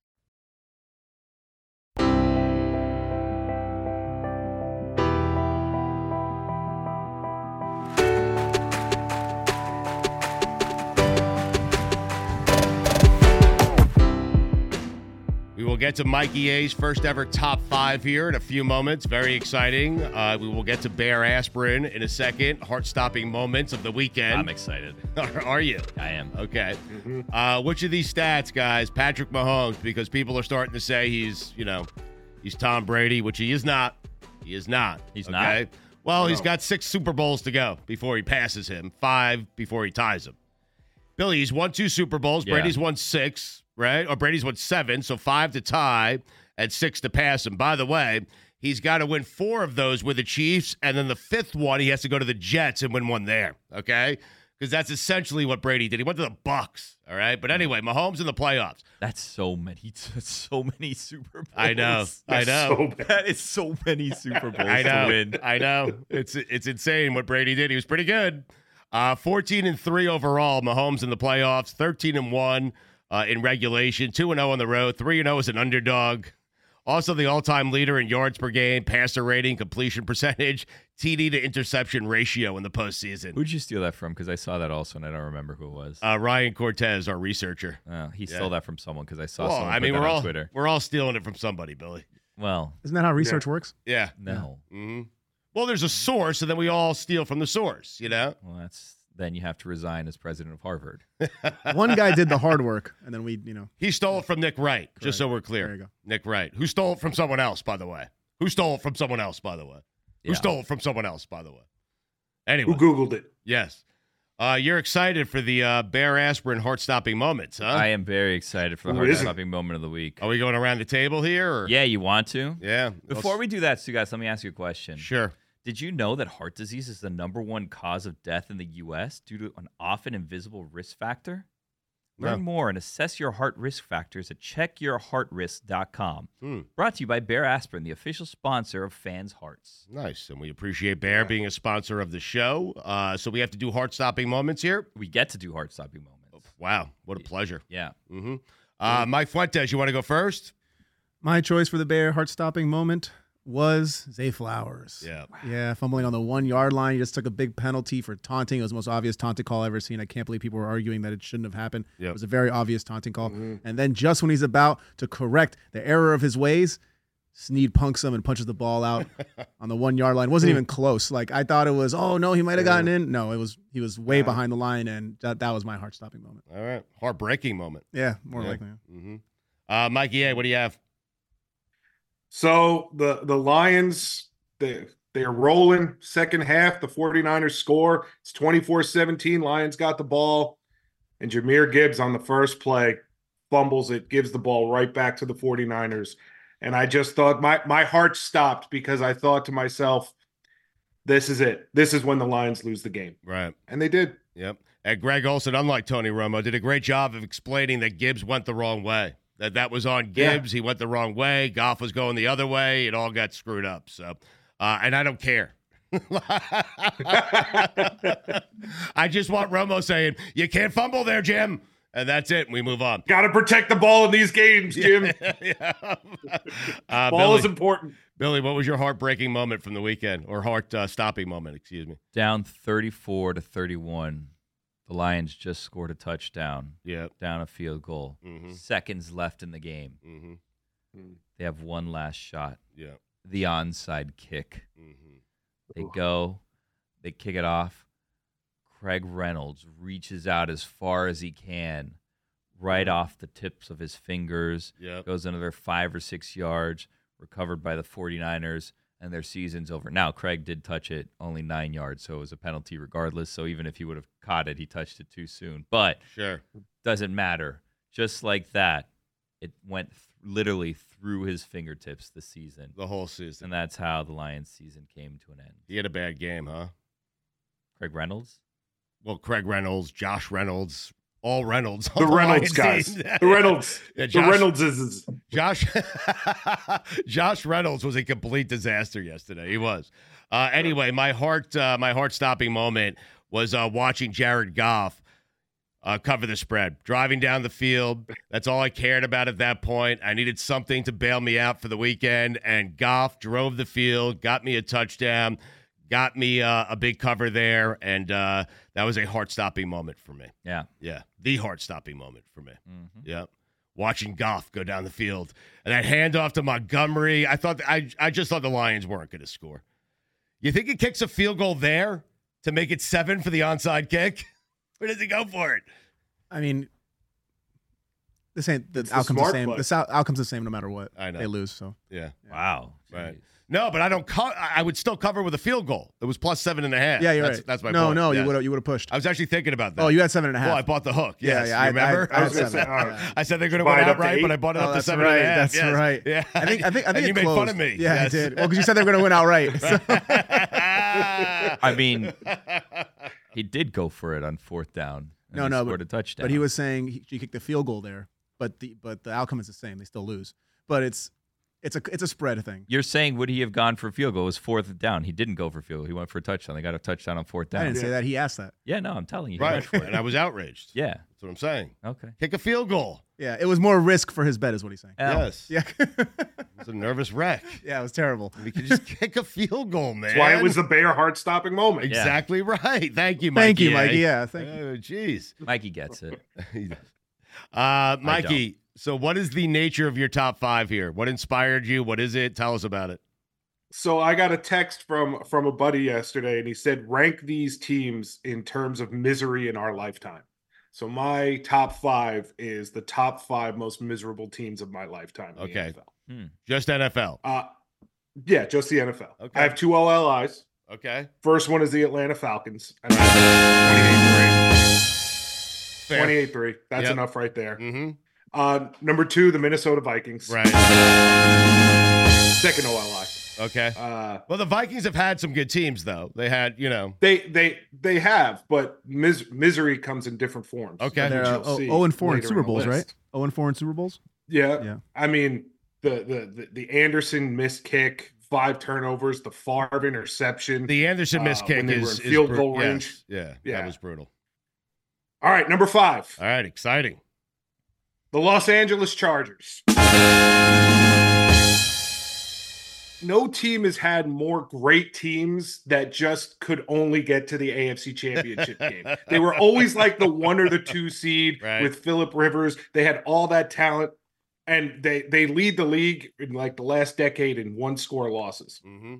We will get to Mikey A's first ever top five here in a few moments. Very exciting. Uh, we will get to Bear Aspirin in a second. Heart stopping moments of the I'm weekend. excited. Are, are you? I am. Okay. Uh, which of these stats, guys? Patrick Mahomes, because people are starting to say he's, you know, he's Tom Brady, which he is not. He is not. He's not? Well, he's got six Super Bowls to go before he passes him, five before he ties him. Billy, he's won two Super Bowls. Yeah. Brady's won six, right? Or Brady's won seven, so five to tie and six to pass him. By the way, he's got to win four of those with the Chiefs, and then the fifth one he has to go to the Jets and win one there. Okay, because that's essentially what Brady did. He went to the Bucks. All right, Mm. but anyway, Mahomes in the playoffs. That's so many, so many Super Bowls. I know, I know. That is so many Super Bowls I know. to win. I know. It's it's insane what Brady did. He was pretty good. Uh, 14 and 3 overall, Mahomes in the playoffs, 13 and 1 uh, in regulation, 2 and 0 on the road, 3 and 0 as an underdog. Also the all-time leader in yards per game, passer rating, completion percentage, TD to interception ratio in the postseason. Who'd you steal that from? Because I saw that also, and I don't remember who it was. Uh, Ryan Cortez, our researcher. Uh, he yeah. stole that from someone because I saw Well, someone I put mean, that we're on all Twitter. we're all stealing it from somebody, Billy. Well, Isn't that how research works? Yeah. no. hmm Well, there's a source, and then we all steal from the source. You know. Well, that's then you have to resign as president of Harvard. One guy did the hard work, and then we, you know, He stole it from Nick Wright, just so we're clear. There you go. Nick Wright, who stole it from someone else, by the way. Who stole it from someone else, by the way. Who Yeah. stole it from someone else, by the way. Anyway, Who Googled it? yes. Uh, you're excited for the uh, Bear Aspirin heart stopping moments, huh? I am very excited for the Who hard isn't? stopping moment of the week. Are we going around the table here? Or? Yeah, you want to? Yeah. Before Let's- we do that, Stu, guys, let me ask you a question. Sure. Did you know that heart disease is the number one cause of death in the U.S. due to an often invisible risk factor? Learn No. more and assess your heart risk factors at checkyourheartrisk.com. Hmm. Brought to you by Bear Aspirin, the official sponsor of fans' hearts. Nice. And we appreciate Bear being a sponsor of the show. Uh, so we have to do heart stopping moments here. We get to do heart stopping moments. Wow. What a pleasure. Yeah. hmm Uh, Mike Fuentes, you want to go first? my choice for the Bear heart stopping moment was Zay Flowers. Yeah. Yeah, fumbling on the one yard line. He just took a big penalty for taunting. It was the most obvious taunting call I've ever seen. I can't believe people were arguing that it shouldn't have happened. Yep. It was a very obvious taunting call. And then just when he's about to correct the error of his ways, Sneed punks him and punches the ball out on the one yard line. Wasn't Hmm. even close. Like I thought it was, oh no, he might have gotten in. No, it was he was way behind the line and that, that was my heart stopping moment. All right. Heartbreaking moment. Yeah, more Yeah. likely. Mm-hmm. Uh, Mikey A, what do you have? So the the Lions they they're rolling second half. The 49ers score. It's 24-17. Lions got the ball. And Jameer Gibbs on the first play fumbles it, gives the ball right back to the 49ers. And I just thought my my heart stopped because I thought to myself, this is it. This is when the Lions lose the game. Right. And they did. Yep. And Greg Olson, unlike Tony Romo, did a great job of explaining that Gibbs went the wrong way. That that was on Yeah. Gibbs. He went the wrong way. Goff was going the other way. It all got screwed up. So, uh, and I don't care. I just want Romo saying, "You can't fumble there, Jim," and that's it. And we move on. Got to protect the ball in these games, Jim. yeah. Uh, Ball Billy, is important. Billy, what was your heartbreaking moment from the weekend, or heart uh, stopping moment? Excuse me. Down 34 to 31, the Lions just scored a touchdown, Yeah. down a field goal. Mhm. Seconds left in the game. Mm-hmm. They have one last shot Yeah. the onside kick. Mm-hmm. They go, they kick it off. Craig Reynolds reaches out as far as he can, right off the tips of his fingers. Yep. Goes another five or six yards, recovered by the 49ers, and their season's over. Now, Craig did touch it only nine yards, so it was a penalty regardless. So even if he would have caught it, he touched it too soon. But Sure. doesn't matter. Just like that, it went th- literally through his fingertips this season, the whole season. and that's how the Lions' season came to an end. He had a bad game, huh? Craig Reynolds, Well, Craig Reynolds, Josh Reynolds, all Reynolds. The Reynolds guys. Lions team. The Reynolds. Yeah, the Josh- Reynolds is. Josh Josh Reynolds was a complete disaster yesterday. He was. Uh, anyway, my heart uh, my heart stopping moment was uh, watching Jared Goff uh, cover the spread, driving down the field. That's all I cared about at that point. I needed something to bail me out for the weekend, and Goff drove the field, got me a touchdown, got me uh, a big cover there, and uh, that was a heart stopping moment for me. yeah, Yeah, the heart stopping moment for me. Mhm. Yep. Watching Goff go down the field and that handoff to Montgomery. I thought I I just thought the Lions weren't going to score. You think he kicks a field goal there to make it seven for the onside kick? Where does he go for it? I mean, this ain't the It's the outcome's the, smart same. play. The sou- outcome's the same no matter what. I know. they lose. So Yeah. wow, Right. Jeez. No, but I don't. Co- I I would still cover with a field goal. It was plus seven and a half. yeah, you're that's, right. That's my no, point. no, Yeah. you would have you would have pushed. I was actually thinking about that. oh, you had seven and a half. Well, I bought the hook. yeah, Yes, yeah. you I, remember? I, I, I had was gonna seven. say, all right. Yeah. I said they're going to Buy win it up to outright, but eight? I bought it Oh, up to that's seven right. and a half. That's Yes. right. Yeah, I think I think I think and it you made fun closed. of me. Yeah, Yes. I did. Well, because you said they were going to win outright. So. I mean, he did go for it on fourth down. and No, he no, scored but- a touchdown. But he was saying he, you kicked the field goal there, but the but the outcome is the same. They still lose. But it's it's a it's a spread thing. You're saying would he have gone for a field goal? It was fourth down. He didn't go for a field goal. He went for a touchdown. They got a touchdown on fourth I down. didn't say that. He asked that. Yeah, no, I'm telling you. he went right. for it. and I was outraged. Yeah. That's what I'm saying. Okay. Kick a field goal. Yeah, it was more risk for his bet, is what he's saying. Ow. Yes. Yeah, It's a nervous wreck. yeah, it was terrible. We could just kick a field goal, man. That's why it was a Bear heart stopping moment. exactly right. Thank you, Mikey. Thank you, A. Mikey. Yeah, thank you. Oh, jeez. Mikey gets it. uh, Mikey. So, what is the nature of your top five here? What inspired you? What is it? Tell us about it. So I got a text from from a buddy yesterday, and he said, "Rank these teams in terms of misery in our lifetime." So my top five is the top five most miserable teams of my lifetime. in the Okay. NFL. Just NFL. Uh, yeah, just the NFL. Okay. I have two LLIs. Okay. First one is the Atlanta Falcons. And I have 28-3. 28-3. That's Yep. enough right there. Mm-hmm. Uh, number two, the Minnesota Vikings. Right. Second OLI. Okay. Uh, Well, the Vikings have had some good teams, though. They had, you know, they they they have, but mis- misery comes in different forms. Okay. which They're uh, you'll oh, see oh and four in later Super the Bowls, right? list. Oh and four in Super Bowls. Yeah. Yeah. I mean, the the the, the Anderson missed kick, five turnovers, the Favre interception. the Anderson miss Uh, kick when they were is, in is field bru- goal yes. range. Yeah, Yeah. that was brutal. All right, number five, All right, exciting. the Los Angeles Chargers. No team has had more great teams that just could only get to the AFC Championship game. They were always like the one or the two seed Right. with Philip Rivers. They had all that talent, and they they lead the league in like the last decade in one score losses. hmm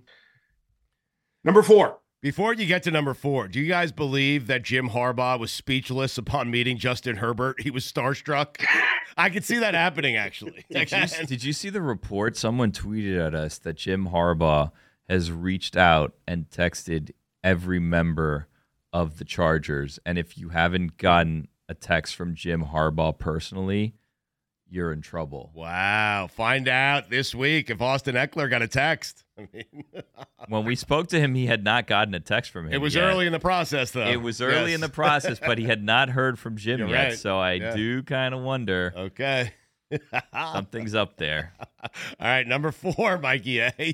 Number four, Before you get to number four, do you guys believe that Jim Harbaugh was speechless upon meeting Justin Herbert? He was starstruck. I could see that happening, actually. Did you, did you see the report? Someone tweeted at us that Jim Harbaugh has reached out and texted every member of the Chargers. And if you haven't gotten a text from Jim Harbaugh personally, you're in trouble. Wow. Find out this week if Austin Eckler got a text. I mean, When we spoke to him, he had not gotten a text from him. it was yet. early in the process, though. It was early Yes. in the process, but he had not heard from Jim You're yet. right. So I Yeah. do kind of wonder Okay. All something's up there. right, number four, Mikey A.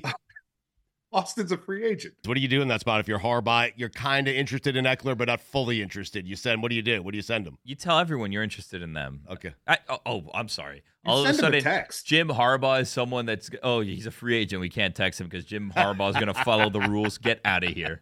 Austin's a free agent. What do you do in that spot if you're Harbaugh? You're kind of interested in Eckler, but not fully interested. You send, what do you do? What do you send him? You tell everyone you're interested in them. Okay. I, oh, oh, I'm sorry. You All of a send him sudden, a text. Jim Harbaugh is someone that's oh he's a free agent. We can't text him because Jim Harbaugh is going to follow the rules. Get out of here.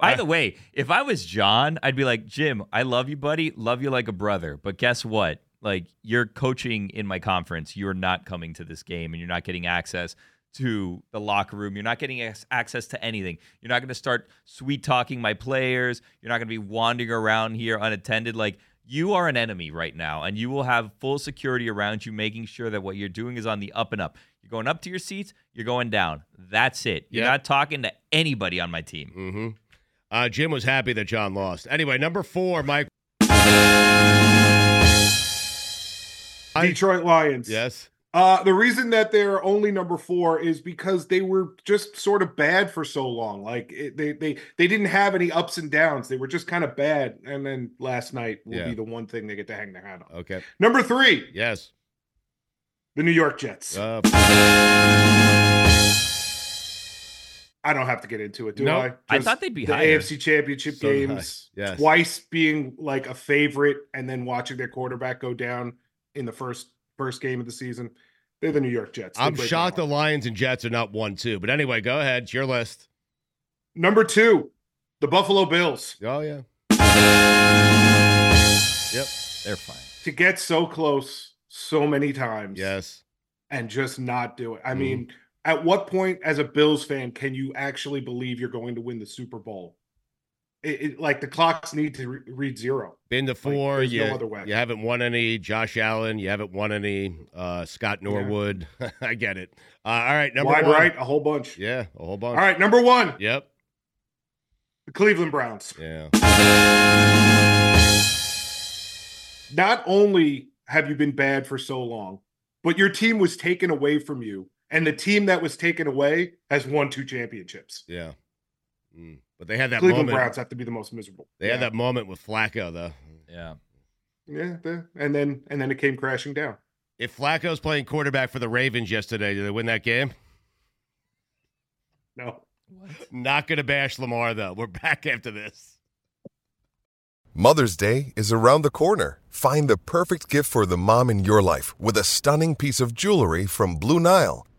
By the way, if I was John, I'd be like Jim, I love you, buddy. Love you like a brother. But guess what? Like you're coaching in my conference. You're not coming to this game, and you're not getting access to the locker room. You're not getting ac- access to anything. You're not going to start sweet talking my players. You're not going to be wandering around here unattended. Like you are an enemy right now, and you will have full security around you, making sure that what you're doing is on the up and up. You're going up to your seats. You're going down. That's it. You're Yeah. not talking to anybody on my team. Mm-hmm. Uh, Jim was happy that John lost. Anyway, number four, Mike. Detroit Lions. Yes. Uh, the reason that they're only number four is because they were just sort of bad for so long. Like it, they they they didn't have any ups and downs. They were just kind of bad. And then last night will Yeah. Oh. be the one thing they get to hang their hat on. Okay. Number three, Yes. the New York Jets. Uh, I don't have to get into it, do No, I? I Just they'd be the higher. AFC Championship So did I. games Yes. twice being like a favorite and then watching their quarterback go down in the first first game of the season. They're the New York Jets. They I'm break my shocked the heart. Lions and Jets are not one two. But anyway, go ahead. It's your list. Number two, the Buffalo Bills Oh yeah. They're fine. to get so close so many times Yes. and just not do it. I Mhm. mean, at what point as a Bills fan can you actually believe you're going to win the Super Bowl? It, it- like the clocks need to re- read zero. Been to four. there's you, no other way. you haven't won any. Josh Allen. You haven't won any. Uh, Scott Norwood. I get it. Uh, all right. Number Wide one. right, a whole bunch. Yeah. A whole All bunch. right, number one, Yep. the Cleveland Browns. Yeah. not only have you been bad for so long, but your team was taken away from you. And the team that was taken away has won two championships. Yeah. Mm. But they had that Cleveland moment. Browns have to be the most miserable. They had that moment with Flacco though. Yeah. Yeah, the- and then and then it came crashing down. If Flacco's playing quarterback for the Ravens yesterday, did they win that game? No. Not going to bash Lamar though. We're back after this. Mother's Day is around the corner. Find the perfect gift for the mom in your life with a stunning piece of jewelry from Blue Nile.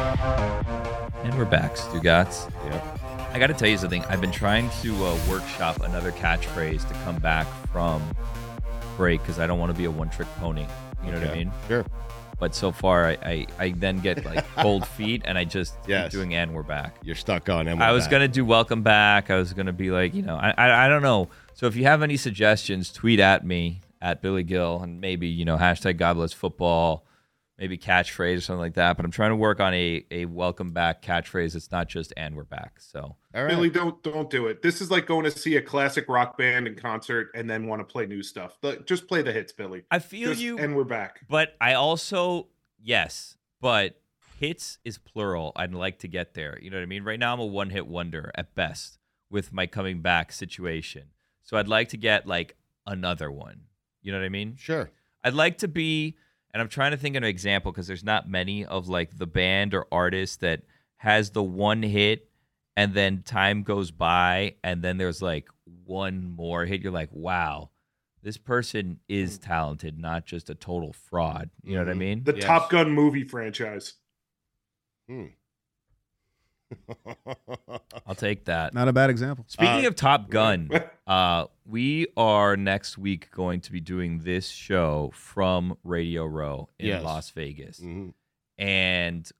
And we're back, Stugats. Yeah. I got to tell you something. I've been trying to uh, workshop another catchphrase to come back from break because I don't want to be a one trick pony. You know what I mean? Sure. But so far, I, I, I then get like cold feet and I just Yes. keep doing and we're back. You're stuck on him. I was gonna do welcome back. I was gonna be like, you know, I, I I don't know. So if you have any suggestions, tweet at me at Billy Gill and maybe you know hashtag God bless football, maybe catchphrase or something like that. But I'm trying to work on a a welcome back catchphrase. It's not just and we're back. So All right. Billy, don't don't do it. This is like going to see a classic rock band in concert and then want to play new stuff. Like, just play the hits, Billy. I feel Just- you, and we're back. but I also yes, but hits is plural. I'd like to get there. You know what I mean? Right now I'm a one hit wonder at best with my coming back situation. So I'd like to get like another one. You know what I mean? Sure. I'd like to be, and I'm trying to think of an example because there's not many of like the band or artist that has the one hit and then time goes by and then there's like one more hit. You're like, wow, this person is talented, not just a total fraud. You know what I Mhm. mean? The Yes. Top Gun movie franchise. Hmm. I'll take that. Not a bad example. Speaking of Top Gun, uh, we are next week going to be doing this show from Radio Row in Yes. Las Vegas. Mhm. and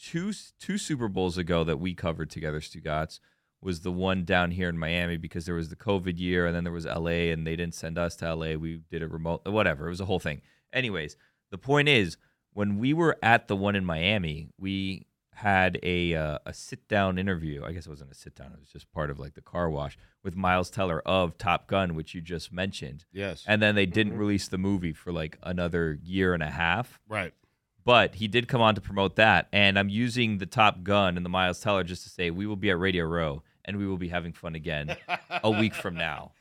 two two Super Bowls ago that we covered together, Stugatz, was the one down here in Miami because there was the COVID year, and then there was LA, and they didn't send us to LA. We did it remote, whatever. It was a whole thing. Anyways, the point is, when we were at the one in Miami, we had a uh, a sit down interview. I guess it wasn't a sit down; it was just part of like the car wash with Miles Teller of Top Gun, which you just mentioned. Yes. And then they didn't release the movie for like another year and a half right. but he did come on to promote that. And I'm using the Top Gun and the Miles Teller just to say we will be at Radio Row and we will be having fun again a week from now.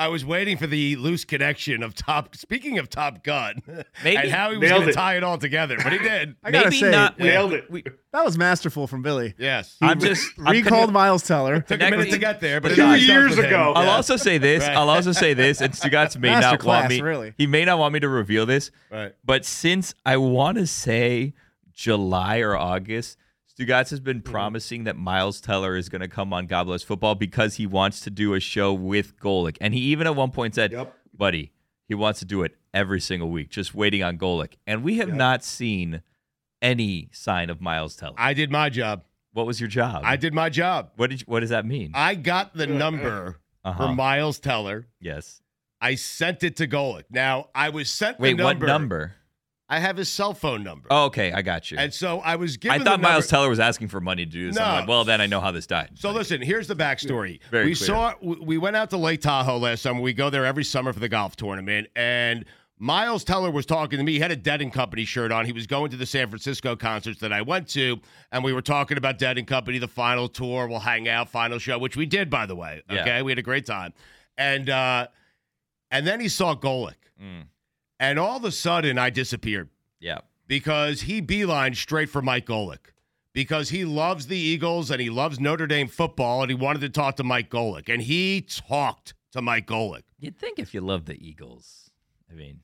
I was waiting for the loose connection of Top. Speaking of Top Gun, Maybe- and how he was Nailed going to it. tie it all together, but he did. I gotta Maybe say, not. Nailed it. we- That was masterful from Billy. Yes. I'm just I'm Recalled connect- Miles Teller. Took a minute to connecting- get there, but it Two always starts years with him. ago. I'll Yes. also say this. Right. I'll also say this. And Stugatz may not want Masterclass, me. really. He may not want me to reveal this. Right. But since I want to say July or August, Stugatz has Mm-hmm. been promising that Miles Teller is going to come on God Bless Football because he wants to do a show with Golick. And he even at one point said, Yep. buddy, He wants to do it every single week, just waiting on Golick. And we have not seen any sign of Miles Teller. I did my job. What was your job? I did my job. What did you, what does that mean? I got the number Uh-huh. for Miles Teller. yes. I sent it to Golick. Now I was sent Wait, the number. what number? I have his cell phone number. Oh, okay, I got you. And so I was given. I the thought number- Miles Teller was asking for money to do this. No. I'm like, well, then I know how this died. So listen, here's the backstory. Very we clear. saw we we went out to Lake Tahoe last summer. We go there every summer for the golf tournament, and Miles Teller was talking to me. He had a Dead and Company shirt on. He was going to the San Francisco concerts that I went to, and we were talking about Dead and Company, the final tour. We'll hang out, final show, which we did, by the way. Yeah. Okay, we had a great time, and uh, and then he saw Golick, Mm, and all of a sudden I disappeared yeah. because he beelined straight for Mike Golick because he loves the Eagles and he loves Notre Dame football and he wanted to talk to Mike Golick and he talked to Mike Golick. You'd think if you love the Eagles, I mean,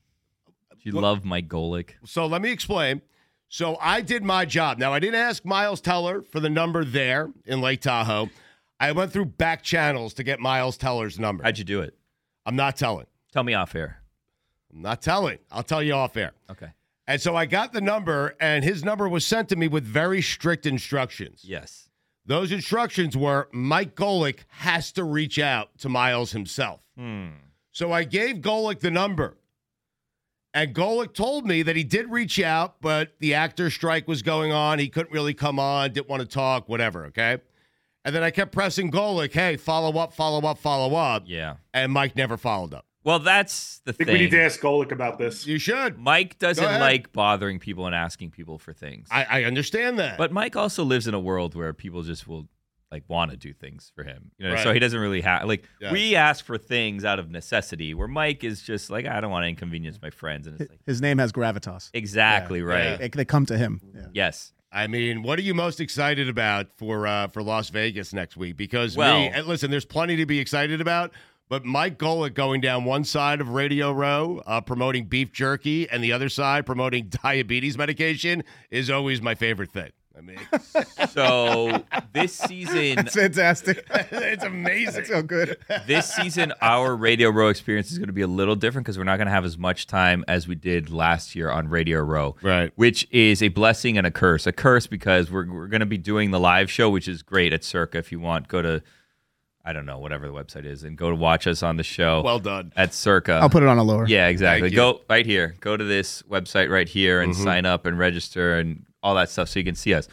if you love Mike Golick, So let me explain. So I did my job. Now I didn't ask Miles Teller for the number there in Lake Tahoe. I went through back channels to get Miles Teller's number. how'd you do it? I'm not telling. Tell me off air. I'm not telling. I'll tell you off air. Okay. And so I got the number, and his number was sent to me with very strict instructions. Yes. Those instructions were Mike Golick has to reach out to Miles himself. Hmm. So I gave Golick the number. And Golick told me that he did reach out, but the actor strike was going on. He couldn't really come on, didn't want to talk, whatever. Okay. And then I kept pressing Golick, hey, follow up, follow up, follow up. Yeah. And Mike never followed up. Well, that's the I think thing. we need to ask Golick about this. You should. Mike Go doesn't ahead. like bothering people and asking people for things. I, I understand that. but Mike also lives in a world where people just will like want to do things for him. You know, so Right. he doesn't really have like Yeah. we ask for things out of necessity where Mike is just like I don't want to inconvenience my friends and it's like His name has gravitas. exactly right. They, they come to him. Yeah. Yes. I mean, what are you most excited about for uh, for Las Vegas next week? Because Well- me, and listen, there's plenty to be excited about. But Mike Golick going down one side of Radio Row, uh, promoting beef jerky, and the other side promoting diabetes medication is always my favorite thing. I mean, So this season It's fantastic. it's amazing. That's so good. this season our Radio Row experience is going to be a little different because we're not going to have as much time as we did last year on Radio Row. Right. Which is a blessing and a curse. A curse because we're we're going to be doing the live show which is great at Circa if you want go to I don't know whatever the website is and go to watch us on the show. Well done. at Circa. I'll put it on a lower. Yeah, exactly. Thank you. Mm-hmm. Go right here. Go to this website right here and sign up and register and all that stuff so you can see us.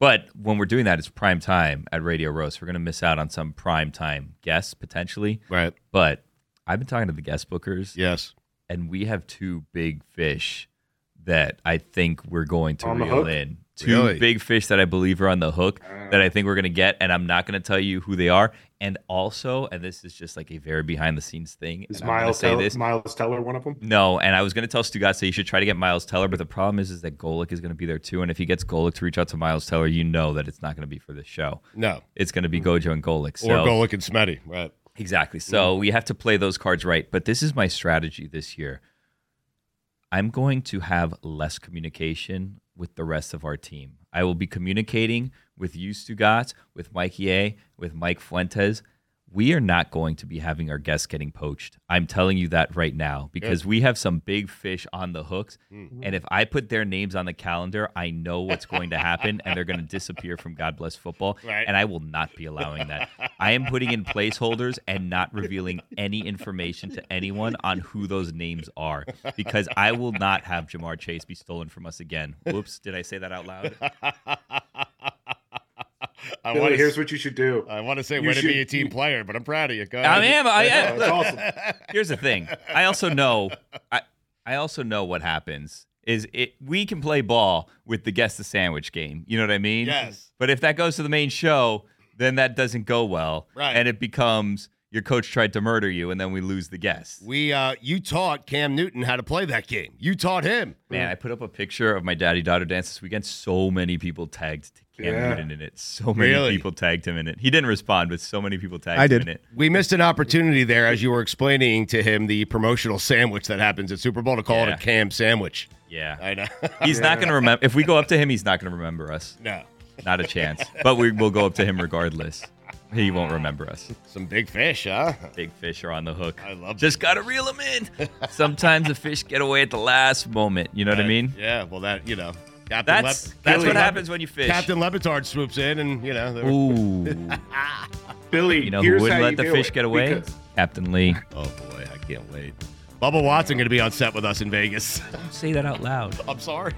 But when we're doing that, it's prime time at Radio Roast. We're going to miss out on some prime time guests potentially. Right. But I've been talking to the guest bookers, Yes. and we have two big fish that I think we're going to On the reel hook? Ah. in. Two Really? big fish that I believe are on the hook that I think we're going to get, and I'm not going to tell you who they are. And also, and this is just like a very behind the scenes thing. Is and I'm gonna Miles say Teller, this. Mm-hmm. Miles Teller one of them? No, and I was gonna tell Stugatz that you should try to get Miles Teller, but the problem is, is that Golick is gonna be there too, and if he gets Golick to reach out to Miles Teller, you know that it's not gonna be for this show. No. It's gonna Hmm. be Gojo and Golick. So Or Golick and Smetty. Right. exactly. So we have to play those cards right. But this is my strategy this year. I'm going to have less communication with the rest of our team. I will be communicating with you, Stugatz, with Mike Ye, with Mike Fuentes. We are not going to be having our guests getting poached. I'm telling you that right now because we have some big fish on the hooks. And if I put their names on the calendar, I know what's going to happen and they're going to disappear from God Bless Football. Right. And I will not be allowing that. I am putting in placeholders and not revealing any information to anyone on who those names are because I will not have Jamar Chase be stolen from us again. Whoops, did I say that out loud? I Billy, want to. here's what you should do. Uh, I want to say You way to be should- a team player, but I'm proud of you. Go I ahead. am. I Oh, am. it's awesome. here's the thing. I also know. I I also know what happens is it we can play ball with the guess the sandwich game. You know what I mean? Yes. But if that goes to the main show, then that doesn't go well, Right. And it becomes your coach tried to murder you, and then we lose the guest. We uh, you taught Cam Newton how to play that game. You taught him. Man, I put up a picture of my daddy daughter dance this weekend. So many people tagged Cam Yeah. Newton in it. So many Really? people tagged him in it. He didn't respond, but so many people Mm-hmm. tagged I did. him in it. We missed an opportunity there as you were explaining to him the promotional sandwich that happens at Super Bowl to call it Yeah. a cam sandwich. Yeah. I know. He's not going to remember. If we go up to him, he's not going to remember us. no. Not a chance. But we will go up to him regardless. He won't remember us. Some big fish, huh? Big fish are on the hook. I love Just gotta reel them in. Sometimes the fish get away at the last moment. You know what I mean? Yeah, well, that, you know, Captain That's Lep- that's Billy what Lep- happens when you fish. Captain Lepitard swoops in and, you know, they're- Ooh. Billy, You know who here's wouldn't how let you the do fish it, get away? because- Captain Lee. oh boy, I can't wait. Bubba Watson going to be on set with us in Vegas. Don't say that out loud. I'm sorry.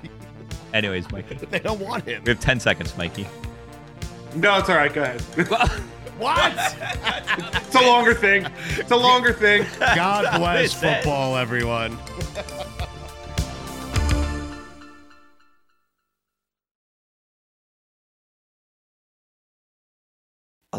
Anyways, Mikey. They don't want him. We have 10 seconds, Mikey. no, it's all right. Go ahead. What? It's a longer thing. It's a longer thing. God bless it, man. football, everyone. A